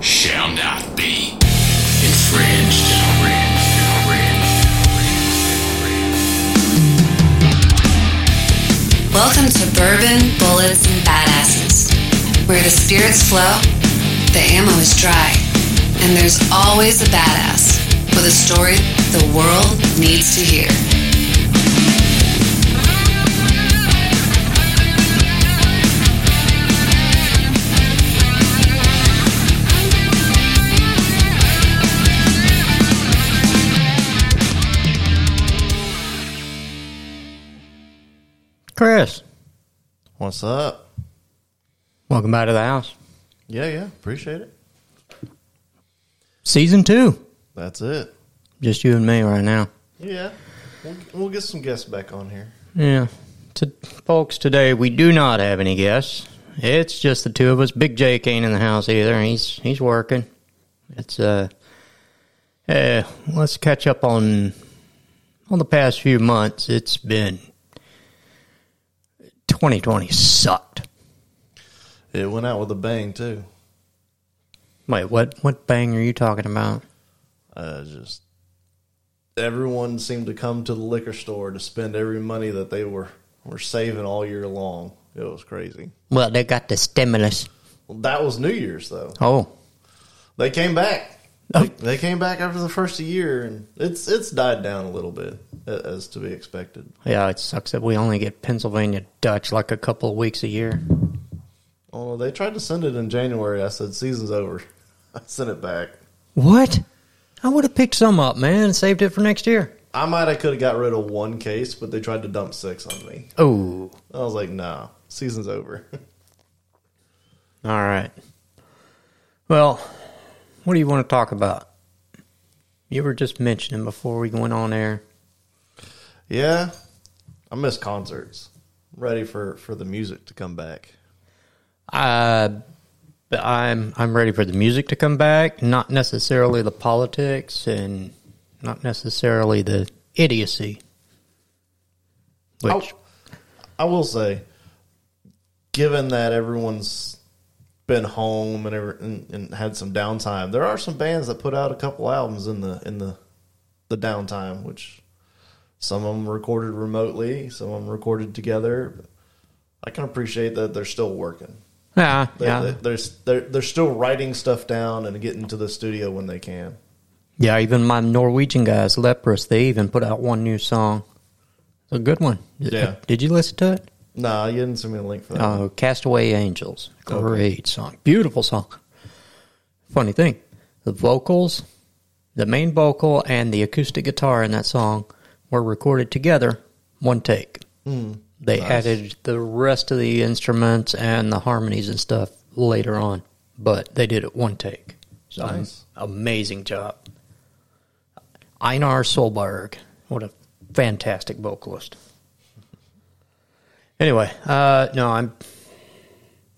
shall not be infringed. Welcome to Bourbon, Bullets, and Badasses, where the spirits flow, the ammo is dry, and there's always a badass with a story the world needs to hear. Chris, What's up? welcome back to the house. Yeah, yeah. Appreciate it. Season two. That's it. Just you and me right now. Yeah. We'll, we'll get some guests back on here. Yeah. To, folks, today we do not have any guests. It's just the two of us. Big Jake ain't in the house either. He's he's working. It's uh, eh, let's catch up on on the past few months. It's been 2020 sucked. It went out with a bang, too. Wait, what what bang are you talking about? Uh, just everyone seemed to come to the liquor store to spend every money that they were, were saving all year long. It was crazy. Well, they got the stimulus. Well, that was New Year's, though. Oh, They came back. They, they came back after the first year, and it's it's died down a little bit, a- as to be expected. Yeah, it sucks that we only get Pennsylvania Dutch like a couple of weeks a year. Oh, they tried to send it in January. I said, season's over. I sent it back. What? I would have picked some up, man, and saved it for next year. I might have could have got rid of one case, but they tried to dump six on me. Oh, I was like, nah, season's over. all right. Well, what do you want to talk about? You were just mentioning before we went on air. yeah, I miss concerts. Ready for for the music to come back. Uh, but I'm I'm ready for the music to come back. Not necessarily the politics, and not necessarily the idiocy. Which Oh. I will say, given that everyone's been home and, ever, and and had some downtime, there are some bands that put out a couple albums in the in the the downtime, which some of them recorded remotely, some of them recorded together. I can appreciate that they're still working. yeah, They, yeah. they, they're, they're, they're still writing stuff down and getting to the studio when they can. Yeah, even my Norwegian guys, Leprous, they even put out one new song. It's a good one. Uh, Yeah. Did you listen to it? Nah, you didn't send me a link for that. Oh, Castaway Angels. Great song. Beautiful song. Funny thing, the vocals, the main vocal and the acoustic guitar in that song were recorded together, one take. they added the rest of the instruments and the harmonies and stuff later on, but they did it one take. So Nice. Amazing job. Einar Solberg. What a fantastic vocalist. Anyway, uh, no, I'm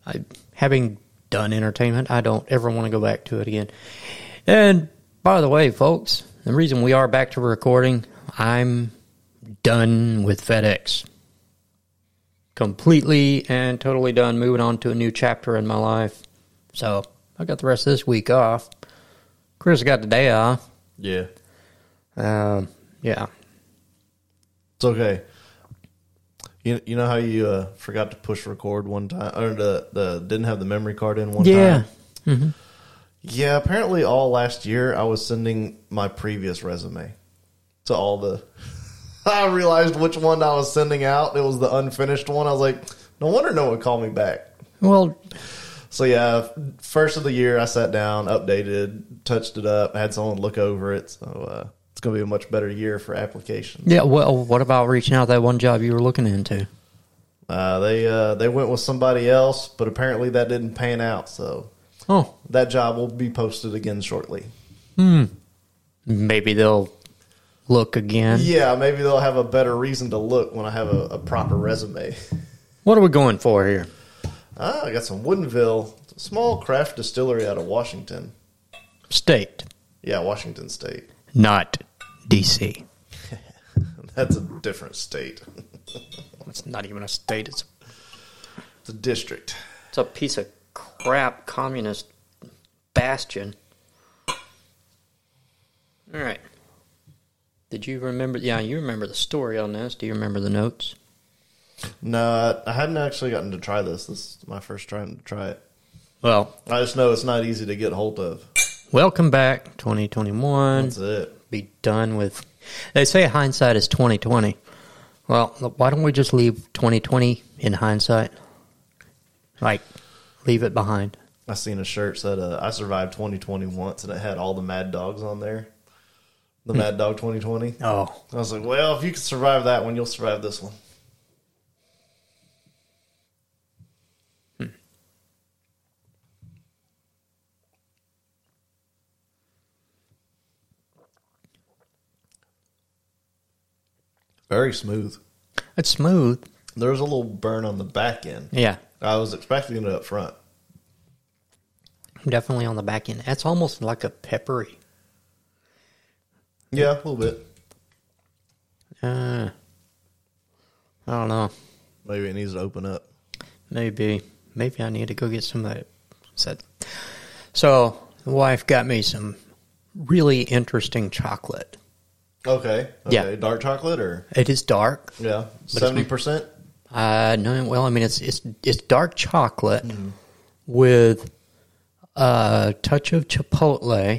I having done entertainment, I don't ever want to go back to it again. And by the way, folks, the reason we are back to recording, I'm done with FedEx. Completely and totally done, moving on to a new chapter in my life. So I got the rest of this week off. Chris got the day off. yeah. Um, yeah. It's okay. You, you know how you uh, forgot to push record one time, or the, the didn't have the memory card in one time. Yeah, apparently all last year I was sending my previous resume to all the. I realized which one I was sending out. It was the unfinished one. I was like, no wonder no one called me back. Well, So yeah, first of the year I sat down, updated, touched it up, had someone look over it. So uh, it's going to be a much better year for applications. yeah. Well, what about reaching out that one job you were looking into? Uh, they uh, they went with somebody else, but apparently that didn't pan out. So Oh, that job will be posted again shortly. maybe they'll look again. Yeah, maybe they'll have a better reason to look when I have a, a proper resume. What are we going for here? Ah, I got some Woodenville, it's a small craft distillery out of Washington. State, Yeah, Washington State. not D.C. That's a different state. It's not even a state. It's It's a district. it's a piece of crap communist bastion. All right. Did you remember? Yeah, you remember the story on this. Do you remember the notes? No, I hadn't actually gotten to try this. This is my first time to try it. Well, I just know it's not easy to get hold of. welcome back, 2021. That's it. Be done with. They say hindsight is 2020. Well, why don't we just leave 2020 in hindsight? Like, leave it behind. I seen a shirt said uh, I survived 2020 once, and it had all the Mad Dogs on there. The Mad Dog 2020. Oh, I was like, well, if you can survive that one, you'll survive this one. Hmm. Very smooth. it's smooth. There was a little burn on the back end. Yeah, I was expecting it up front. definitely on the back end. That's almost like a peppery. Yeah, a little bit. Uh, I don't know. Maybe it needs to open up. Maybe, maybe I need to go get some of that. Said. So, the wife got me some really interesting chocolate. Okay. okay. Yeah. Dark chocolate or It is dark. yeah, seventy percent. Uh, no, well, I mean it's it's it's dark chocolate with a touch of chipotle, uh-huh,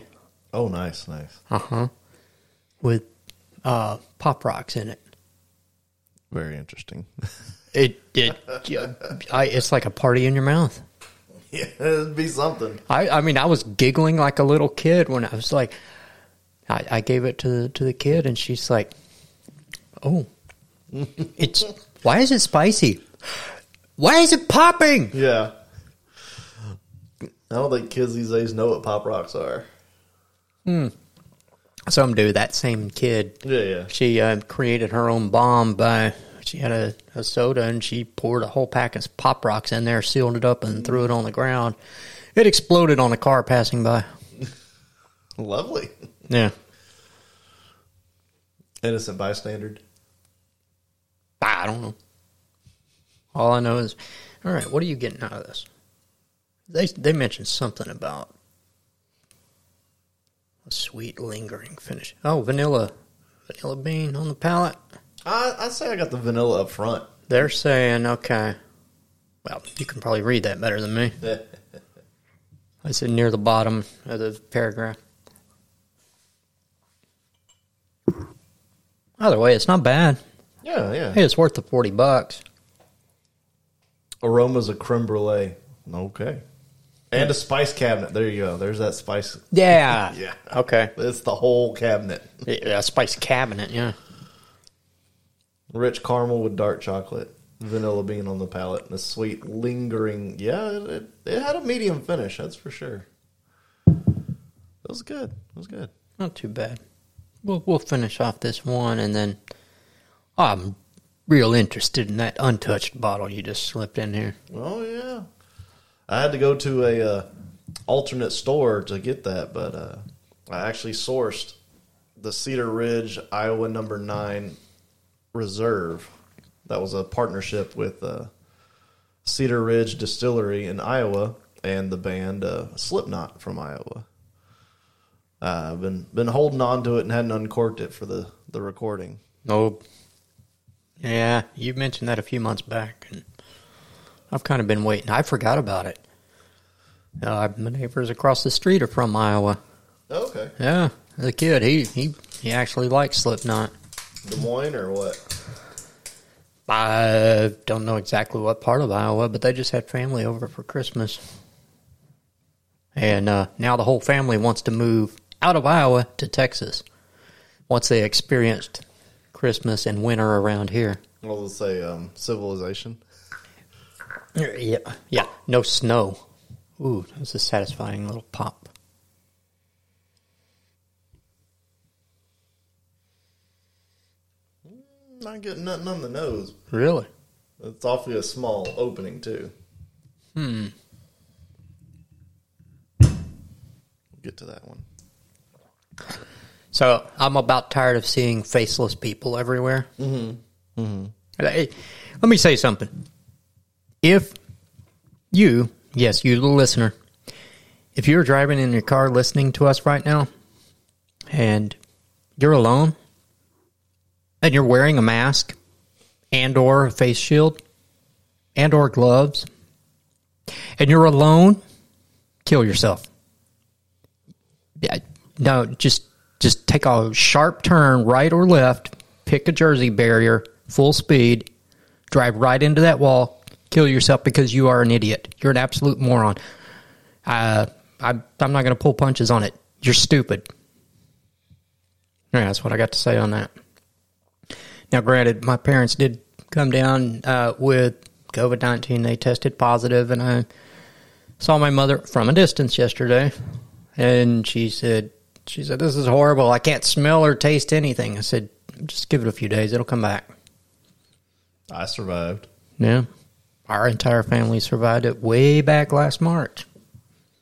Oh, nice, nice. with uh, pop rocks in it. Very interesting. It it I, it's like a party in your mouth. yeah, it'd be something. I, I mean, I was giggling like a little kid when I was like, I, I gave it to the, to the kid, and she's like, "Oh, it's why is it spicy? Why is it popping?" Yeah. I don't think kids these days know what pop rocks are. Some dude, that same kid, Yeah, yeah. she uh, created her own bomb by she had a, a soda and she poured a whole pack of pop rocks in there, sealed it up, and threw it on the ground. It exploded on a car passing by. Lovely. Yeah, Innocent bystander. I don't know. All I know is, all right, what are you getting out of this? They they mentioned something about a sweet lingering finish. Oh, vanilla, vanilla bean on the palate. I I say I got the vanilla up front. They're saying okay. Well, you can probably read that better than me. I said near the bottom of the paragraph. Either way, it's not bad. Yeah, yeah. Hey, it's worth the forty bucks. Aromas of creme brulee. Okay. And a spice cabinet. There you go. There's that spice. Yeah. Yeah. Okay. It's the whole cabinet. Yeah, a spice cabinet, yeah. Rich caramel with dark chocolate, vanilla bean on the palate, and a sweet lingering. Yeah, it, it, it had a medium finish, that's for sure. It was good. It was good. Not too bad. We'll we'll finish off this one and then I'm real interested in that untouched bottle you just slipped in here. Oh yeah, I had to go to a uh, alternate store to get that, but uh, I actually sourced the Cedar Ridge Iowa Number Nine Reserve. That was a partnership with uh, Cedar Ridge Distillery in Iowa and the band uh, Slipknot from Iowa. Uh, I've been been holding on to it and hadn't uncorked it for the the recording. Oh. Yeah, you mentioned that a few months back and I've kind of been waiting. I forgot about it. Uh, my neighbors across the street are from Iowa. Okay, Yeah, the kid, he he, he actually likes Slipknot. Des Moines or what? I don't know exactly what part of Iowa, but they just had family over for Christmas. And uh, now the whole family wants to move out of Iowa to Texas once they experienced Christmas and winter around here. Well, let's say um, civilization. Yeah, yeah, no snow. Ooh, that was a satisfying little pop. Not getting nothing on the nose. Really? It's awfully a small opening too. Hmm. Get to that one. So I'm about tired of seeing faceless people everywhere. Mm-hmm. Mm-hmm. let me say something. If you, yes, you, the listener, if you're driving in your car listening to us right now, and you're alone and you're wearing a mask and or a face shield and or gloves and you're alone, kill yourself. Yeah, no, just just take a sharp turn right or left, pick a jersey barrier, full speed, drive right into that wall, kill yourself because you are an idiot. You're an absolute moron. Uh, I, I'm not going to pull punches on it. You're stupid. Yeah, that's what I got to say on that. Now, granted, my parents did come down uh, with COVID 19. They tested positive, and I saw my mother from a distance yesterday, and she said, she said, This is horrible. I can't smell or taste anything. I said, Just give it a few days. It'll come back. I survived. Yeah. Our entire family survived it way back last March.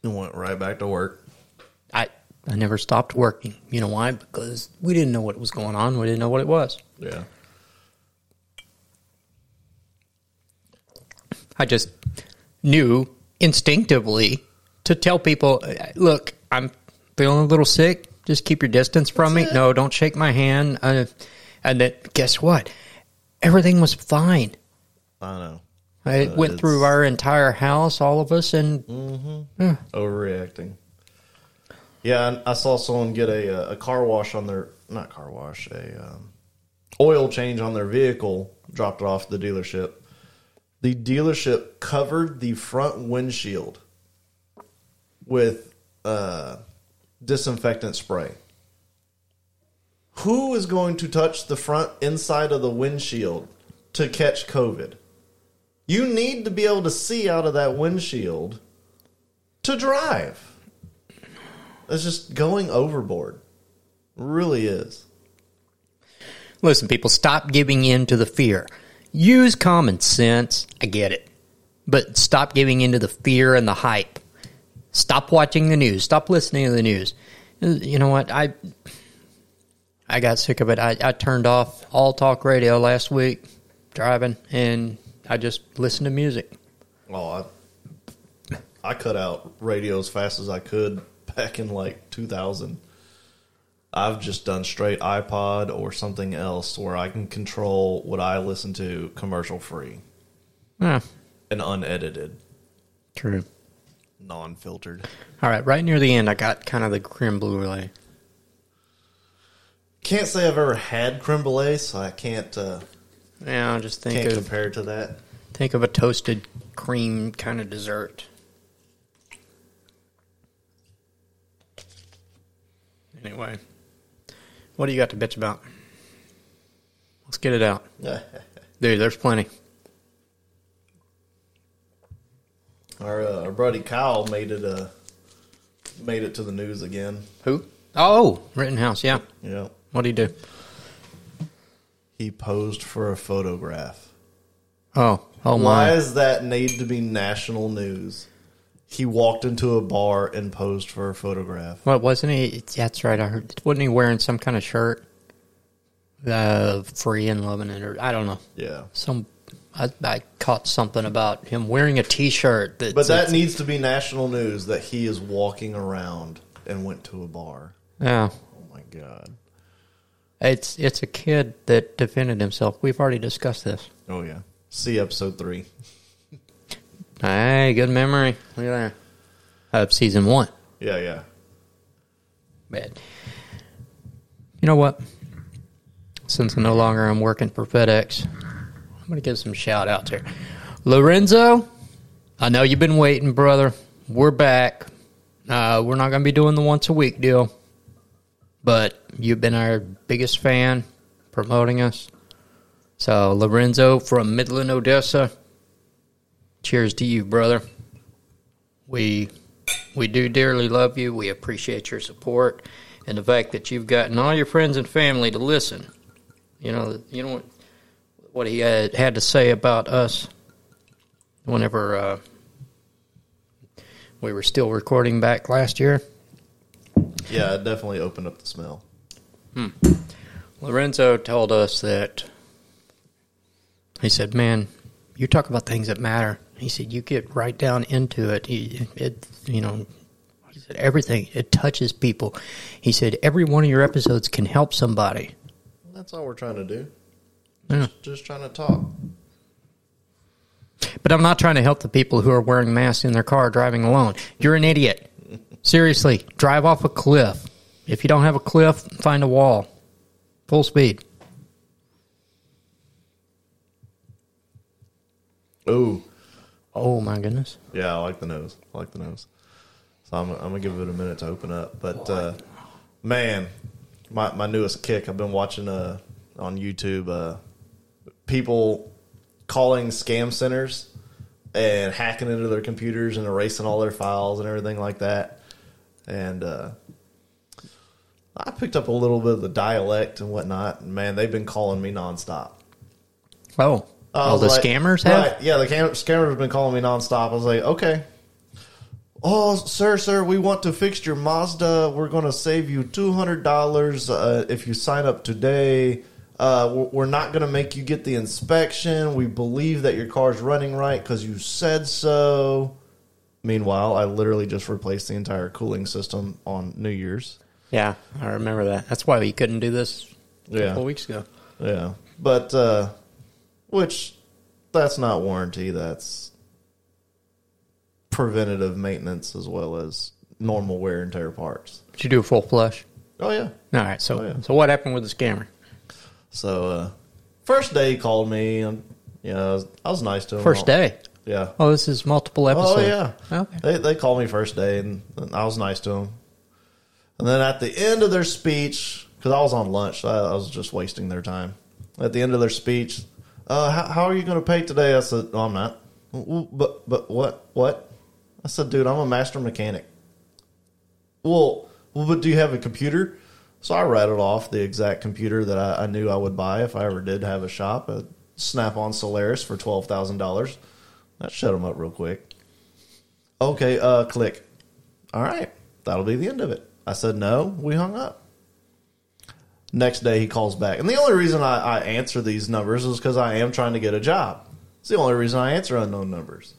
And went right back to work. I, I never stopped working. You know why? Because we didn't know what was going on. We didn't know what it was. Yeah. I just knew instinctively to tell people, look, I'm feeling a little sick. Just keep your distance from me. No, don't shake my hand. Uh, and then guess what? Everything was fine. I know. It Uh, went through it's- our entire house, all of us, and Overreacting. Yeah, and I saw someone get a uh, a car wash on their not car wash a um, oil change on their vehicle. Dropped it off at the dealership. The dealership covered the front windshield with uh, disinfectant spray. Who is going to touch the front inside of the windshield to catch COVID? You need to be able to see out of that windshield to drive. It's just going overboard. Really is. Listen, people, stop giving in to the fear. Use common sense. I get it. But stop giving in to the fear and the hype. Stop watching the news. Stop listening to the news. You know what? I I got sick of it. I, I turned off all talk radio last week driving and I just listened to music. Oh, I, I cut out radio as fast as I could back in like 2000. I've just done straight iPod or something else where I can control what I listen to commercial free Ah, and unedited, true. non filtered. All right, right near the end, I got kind of the creme brulee. Can't say I've ever had creme brulee, so I can't uh, Yeah, I just think can't of compare to that. Think of a toasted cream kind of dessert. Anyway, what do you got to bitch about? Let's get it out. Dude, there's plenty. Our, uh, our buddy Kyle made it uh, made it to the news again. Who? Oh, Rittenhouse, yeah. Yeah. What do you do? He posed for a photograph. Oh, oh Why my. does that need to be national news? He walked into a bar and posed for a photograph. What, wasn't he? That's right, I heard. Wasn't he wearing some kind of shirt? Uh, free and loving it, or I don't know. Yeah. Some, I, I caught something about him wearing a t shirt that. But that needs to be national news that he is walking around and went to a bar. Yeah. Oh my god. It's it's a kid that defended himself. We've already discussed this. Oh yeah. See episode 3. Hey, good memory. Look at that. Of season one. Yeah, yeah. Bad. You know what? Since I no longer am working for FedEx, I'm gonna give some shout outs here. Lorenzo, I know you've been waiting, brother. We're back. Uh, we're not gonna be doing the once a week deal, but you've been our biggest fan, promoting us. So Lorenzo from Midland, Odessa. Cheers to you, brother. We we do dearly love you. We appreciate your support and the fact that you've gotten all your friends and family to listen. You know, you know what, what he had, had to say about us whenever uh, we were still recording back last year. Yeah, it definitely opened up the smell. Lorenzo told us that he said, "Man, you talk about things that matter." He said, "You get right down into it. You, it, you know, He said, everything. It touches people. He said, every one of your episodes can help somebody. That's all we're trying to do. Yeah. Just, just trying to talk. But I'm not trying to help the people who are wearing masks in their car driving alone. You're an idiot. Seriously, drive off a cliff. If you don't have a cliff, find a wall. Full speed. Oh, Oh my goodness. yeah, I like the nose. I like the nose. So I'm, I'm gonna give it a minute to open up. But uh, man, my my newest kick. I've been watching uh on YouTube uh people calling scam centers and hacking into their computers and erasing all their files and everything like that. And uh, I picked up a little bit of the dialect and whatnot. And man, they've been calling me nonstop. Oh. I All was the Uh, like- scammers have? Right, yeah, the cam- scammers have been calling me nonstop. I was like, okay. Oh, sir, sir, we want to fix your Mazda. We're going to save you $200 uh, if you sign up today. Uh, we're- we're not going to make you get the inspection. We believe that your car's running right because you said so. Meanwhile, I literally just replaced the entire cooling system on New Year's. Yeah, I remember that. That's why we couldn't do this a Yeah. couple weeks ago. Yeah, but uh, which that's not warranty. That's preventative maintenance as well as normal wear and tear parts. Did you do a full flush? Oh yeah. All right, so Oh, yeah. so what happened with the scammer? So uh, first day he called me and you know I was, I was nice to him. First day. Yeah. Oh, this is multiple episodes. Oh yeah. Okay. They they called me first day and, and I was nice to him. And then at the end of their speech, because I was on lunch, I, I was just wasting their time. At the end of their speech, uh, how, how are you going to pay today? I said, no, I'm not. "Well, But but what what? I said, dude, I'm a master mechanic. Well, well, but do you have a computer? So I rattled off the exact computer that I, I knew I would buy if I ever did have a shop, a Snap-on Solaris for twelve thousand dollars. That shut him up real quick. Okay, uh, click. All right, that'll be the end of it. I said no. We hung up. Next day, he calls back, and the only reason I, I answer these numbers is because I am trying to get a job. It's the only reason I answer unknown numbers.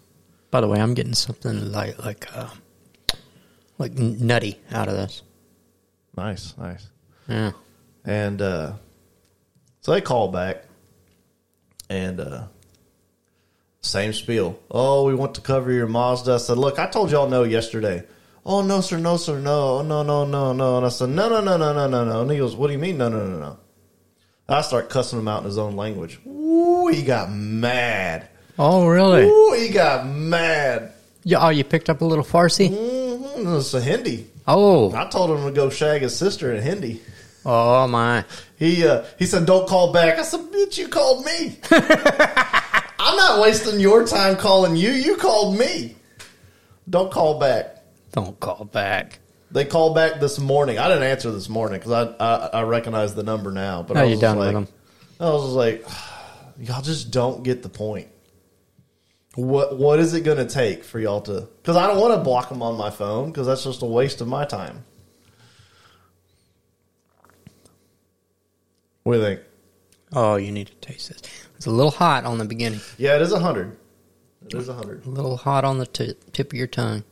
By the way, I'm getting something like like uh, like n- nutty out of this. Nice, nice. Yeah. And uh, so they call back, and uh, same spiel. Oh, we want to cover your Mazda. I said, look, I told y'all no yesterday. Oh no, sir, no, sir, no, oh, no, no, no, no. And I said, no, no, no, no, no, no, no. And he goes, what do you mean, no, no, no, no? I start cussing him out in his own language. Ooh, he got mad. Oh, really? Ooh, he got mad. Yeah. Oh, you picked up a little Farsi. Mm-hmm. It's a Hindi. Oh. I told him to go shag his sister in Hindi. Oh my. He uh, he said, "Don't call back." I said, "Bitch, you called me. I'm not wasting your time calling you. You called me. Don't call back." Don't call back. They called back this morning. I didn't answer this morning because I, I I recognize the number now. But Now I was you're just done with like, them. I was just like, y'all just don't get the point. What what is it going to take for y'all to? Because I don't want to block them on my phone because that's just a waste of my time. What do you think? Oh, you need to taste this. It's a little hot on the beginning. Yeah, it is a hundred. It is a hundred. A little hot on the ti- tip of your tongue.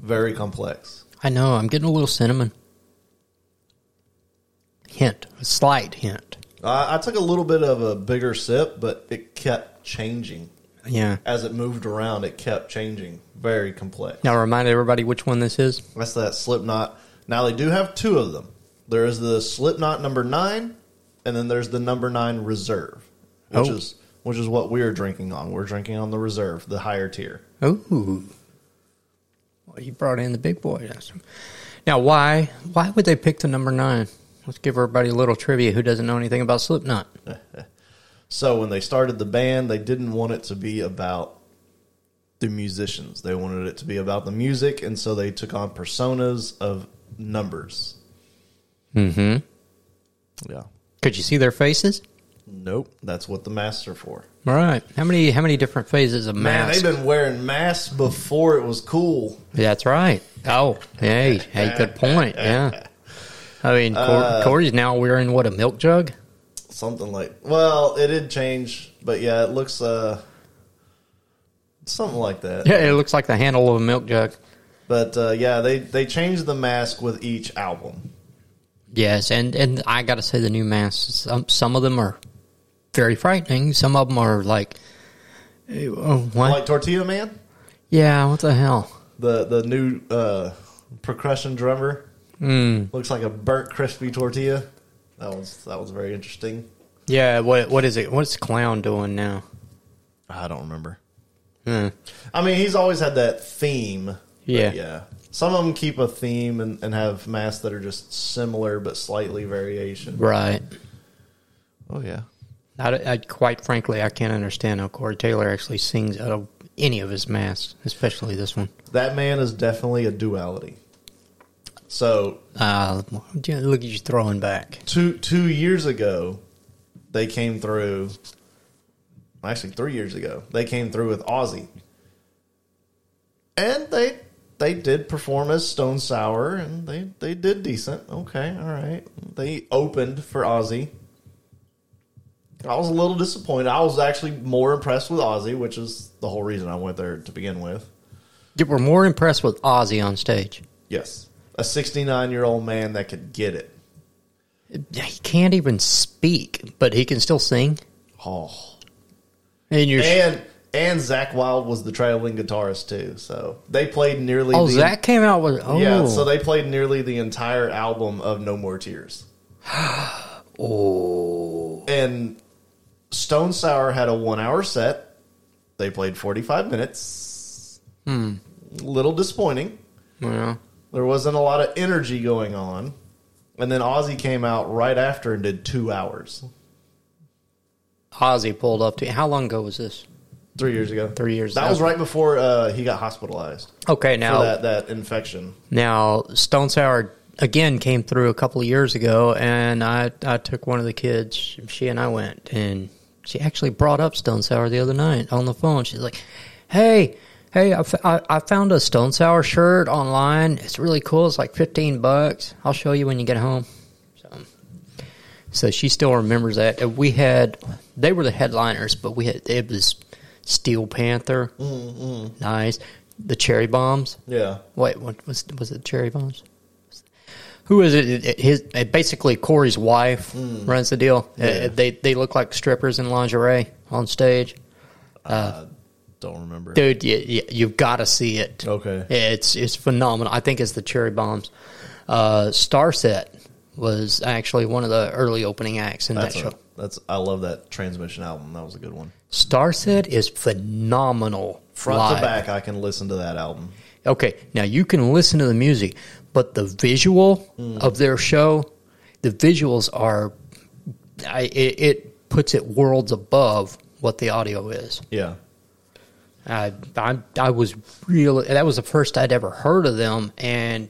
Very complex. I know. I'm getting a little cinnamon. Hint. A slight hint. I, I took a little bit of a bigger sip, but it kept changing Yeah. as it moved around. It kept changing. Very complex. Now remind everybody which one this is. That's that Slipknot. Now they do have two of them. There is the Slipknot number nine, and then there's the number nine Reserve, which Oh. is which is what we're drinking on. We're drinking on the Reserve, the higher tier. Ooh. Well, you brought in the big boy. That's- Now, why why would they pick the number nine? Let's give everybody a little trivia who doesn't know anything about Slipknot. So when they started the band, they didn't want it to be about the musicians. They wanted it to be about the music, and so they took on personas of numbers. Mm-hmm. Yeah. Could you see their faces? Nope, that's what the masks are for. All right. How many how many different phases of Man, masks? they've been wearing masks before it was cool. That's right. Oh, hey, hey, good point. Yeah. I mean, Cor- Uh, Corey's now wearing what a milk jug. Something like well, it did change, but yeah, it looks uh something like that. Yeah, it looks like the handle of a milk jug. But uh, yeah, they they changed the mask with each album. Yes, and and I got to say the new masks. Some some of them are very frightening. Some of them are like, eh, oh, what? Like Tortilla Man, yeah, what the hell? the the new uh, percussion drummer looks like a burnt crispy tortilla. That was that was very interesting. Yeah, what what is it? What's clown doing now? I don't remember. Hmm. I mean, he's always had that theme. but Yeah. yeah. Some of them keep a theme and, and have masks that are just similar but slightly variation. Right. Oh yeah. I, I- quite frankly, I can't understand how Corey Taylor actually sings out of any of his masks, especially this one. That man is definitely a duality. So Uh, yeah, look at you throwing back. two two years ago, they came through. Actually, three years ago, they came through with Ozzy, and they they did perform as Stone Sour, and they they did decent. Okay, all right. They opened for Ozzy. I was a little disappointed. I was actually more impressed with Ozzy, which is the whole reason I went there to begin with. You were more impressed with Ozzy on stage. Yes, a sixty nine year old man that could get it. He can't even speak, but he can still sing. Oh. And you're and and Zach Wild was the traveling guitarist too. So they played nearly. oh, the, Zach came out with oh Yeah, so they played nearly the entire album of No More Tears. oh And Stone Sour had a one-hour set. They played forty-five minutes. Hmm. Little disappointing. well There wasn't a lot of energy going on. And then Ozzy came out right after and did two hours Ozzy pulled up to how long ago was this? three years ago. Three years That ago. was right before uh, he got hospitalized Okay, for now that that infection. now Stone Sour again came through a couple of years ago, and I I took one of the kids. She and I went, and she actually brought up Stone Sour the other night on the phone. She's like, "Hey." Hey, I, f- I- I found a Stone Sour shirt online. It's really cool. It's like 15 bucks. I'll show you when you get home. So she still remembers that. And we had, they were the headliners, but we had, it was Steel Panther. Nice. The Cherry Bombs. Yeah. Wait, what was was it Cherry Bombs? Who is it? It- it- His it basically Corey's wife runs the deal. Uh, Hmm. Yeah. they they look like strippers in lingerie on stage, Don't remember. dude. You, you, you've got to see it. Okay. it's it's phenomenal. I think it's the Cherry Bombs. Uh, Star Set was actually one of the early opening acts in That's that a, show. that's I love that transmission album. That was a good one. Star Set is phenomenal. Front live. to back, I can listen to that album. Okay, now you can listen to the music, but the visual of their show, the visuals are, I, it, it puts it worlds above what the audio is. Yeah, I, I, I was really, that was the first I'd ever heard of them. And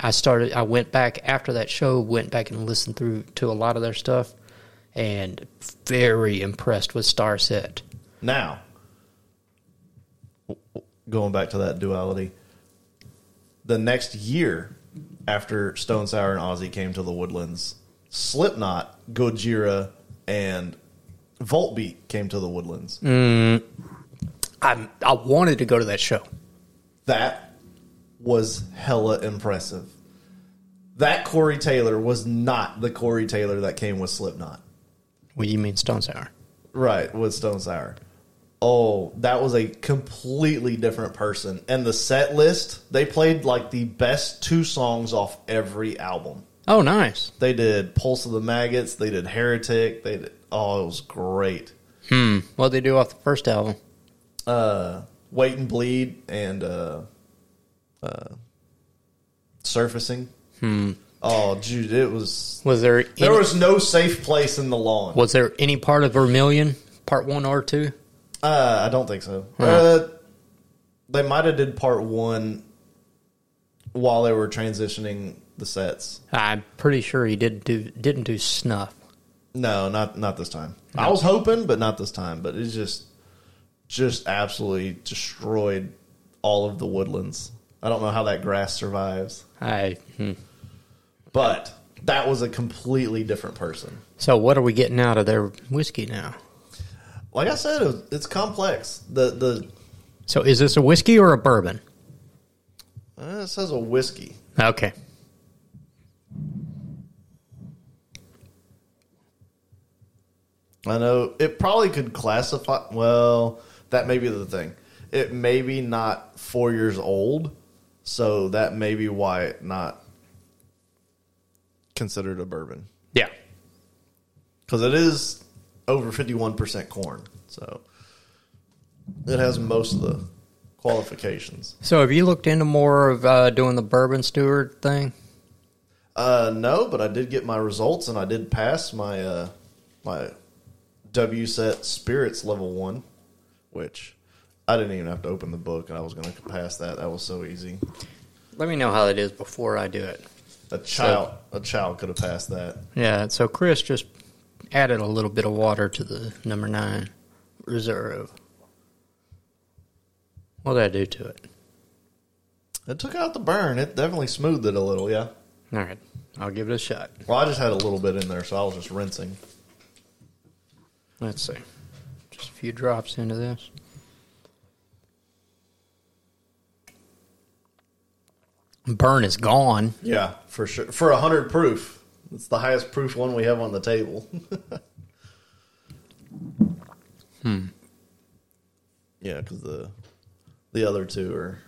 I started, I went back after that show, went back and listened through to a lot of their stuff and very impressed with Star Set. Now, w- w- going back to that duality, the next year after Stone Sour and Ozzy came to the Woodlands, Slipknot, Gojira, and Voltbeat came to the Woodlands. Mm. I, I wanted to go to that show. That was hella impressive. That Corey Taylor was not the Corey Taylor that came with Slipknot. What do you mean, Stone Sour? Right, with Stone Sour. Oh, that was a completely different person. And the set list, they played like the best two songs off every album. Oh, nice. They did Pulse of the Maggots, they did Heretic, they did oh, it was great. What they do off the first album? Wait and Bleed and uh uh Surfacing. Oh, dude, it was Was there any, there was no safe place in the lawn. was there any part of Vermilion Part One or Two? Uh, I don't think so. Huh. Uh, they might have did part one while they were transitioning the sets. I'm pretty sure he did do didn't do Snuff. No, not not this time. I was hoping, but not this time. But it's just just absolutely destroyed all of the woodlands. I don't know how that grass survives. I. hmm. But that was a completely different person. So what are we getting out of their whiskey now? Like I said, it was, it's complex. The the So is this a whiskey or a bourbon? uh, it says a whiskey. Okay. I know it probably could classify. Well, that may be the thing. It may be not four years old, so that may be why it not considered a bourbon Yeah. because it is over fifty one percent corn. So it has most of the qualifications. So have you looked into more of uh, doing the bourbon steward thing? Uh, no, but I did get my results and I did pass my uh, my W set spirits level one, which I didn't even have to open the book and I was going to pass that. That was so easy. Let me know how that is before I do it. A child, a child could have passed that. Yeah. So Chris just added a little bit of water to the number nine reserve. What'd I do to it? It took out the burn. It definitely smoothed it a little. Yeah. All right. I'll give it a shot. Well, I just had a little bit in there, so I was just rinsing. Let's see. Just a few drops into this. Burn is gone. Yeah, for sure. For a hundred proof, it's the highest proof one we have on the table. hmm. Hmm. Yeah, because the the other two are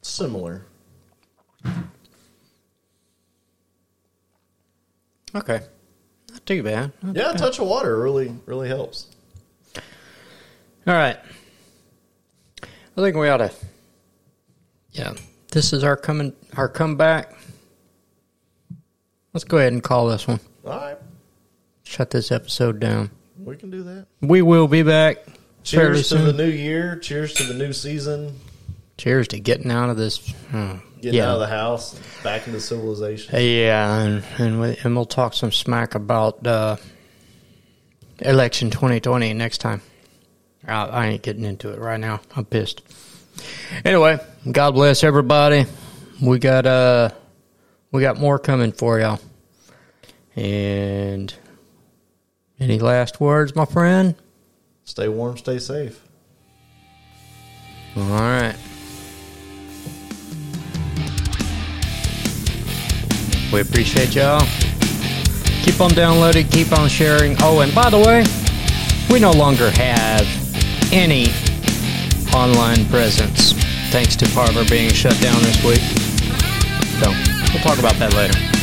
similar. Okay. Not too bad. Not- Yeah, a touch of water really really helps. All right. I think we ought to. Yeah. This is our coming our comeback. Let's go ahead and call this one. All right, Shut this episode down. we can do that. We will be back. fairly Cheers to soon. the new year. Cheers to the new season. Cheers to getting out of this. hmm, Getting out of the house, back into civilization. Yeah, and and, we, and we'll talk some smack about uh, election 2020 next time. I, I ain't getting into it right now. I'm pissed. Anyway, God bless everybody. We got uh, we got more coming for y'all. And any last words, my friend? Stay warm. Stay safe. All right. We appreciate y'all. Keep on downloading, keep on sharing. Oh, and by the way, we no longer have any online presence thanks to Parlor being shut down this week. So we'll talk about that later.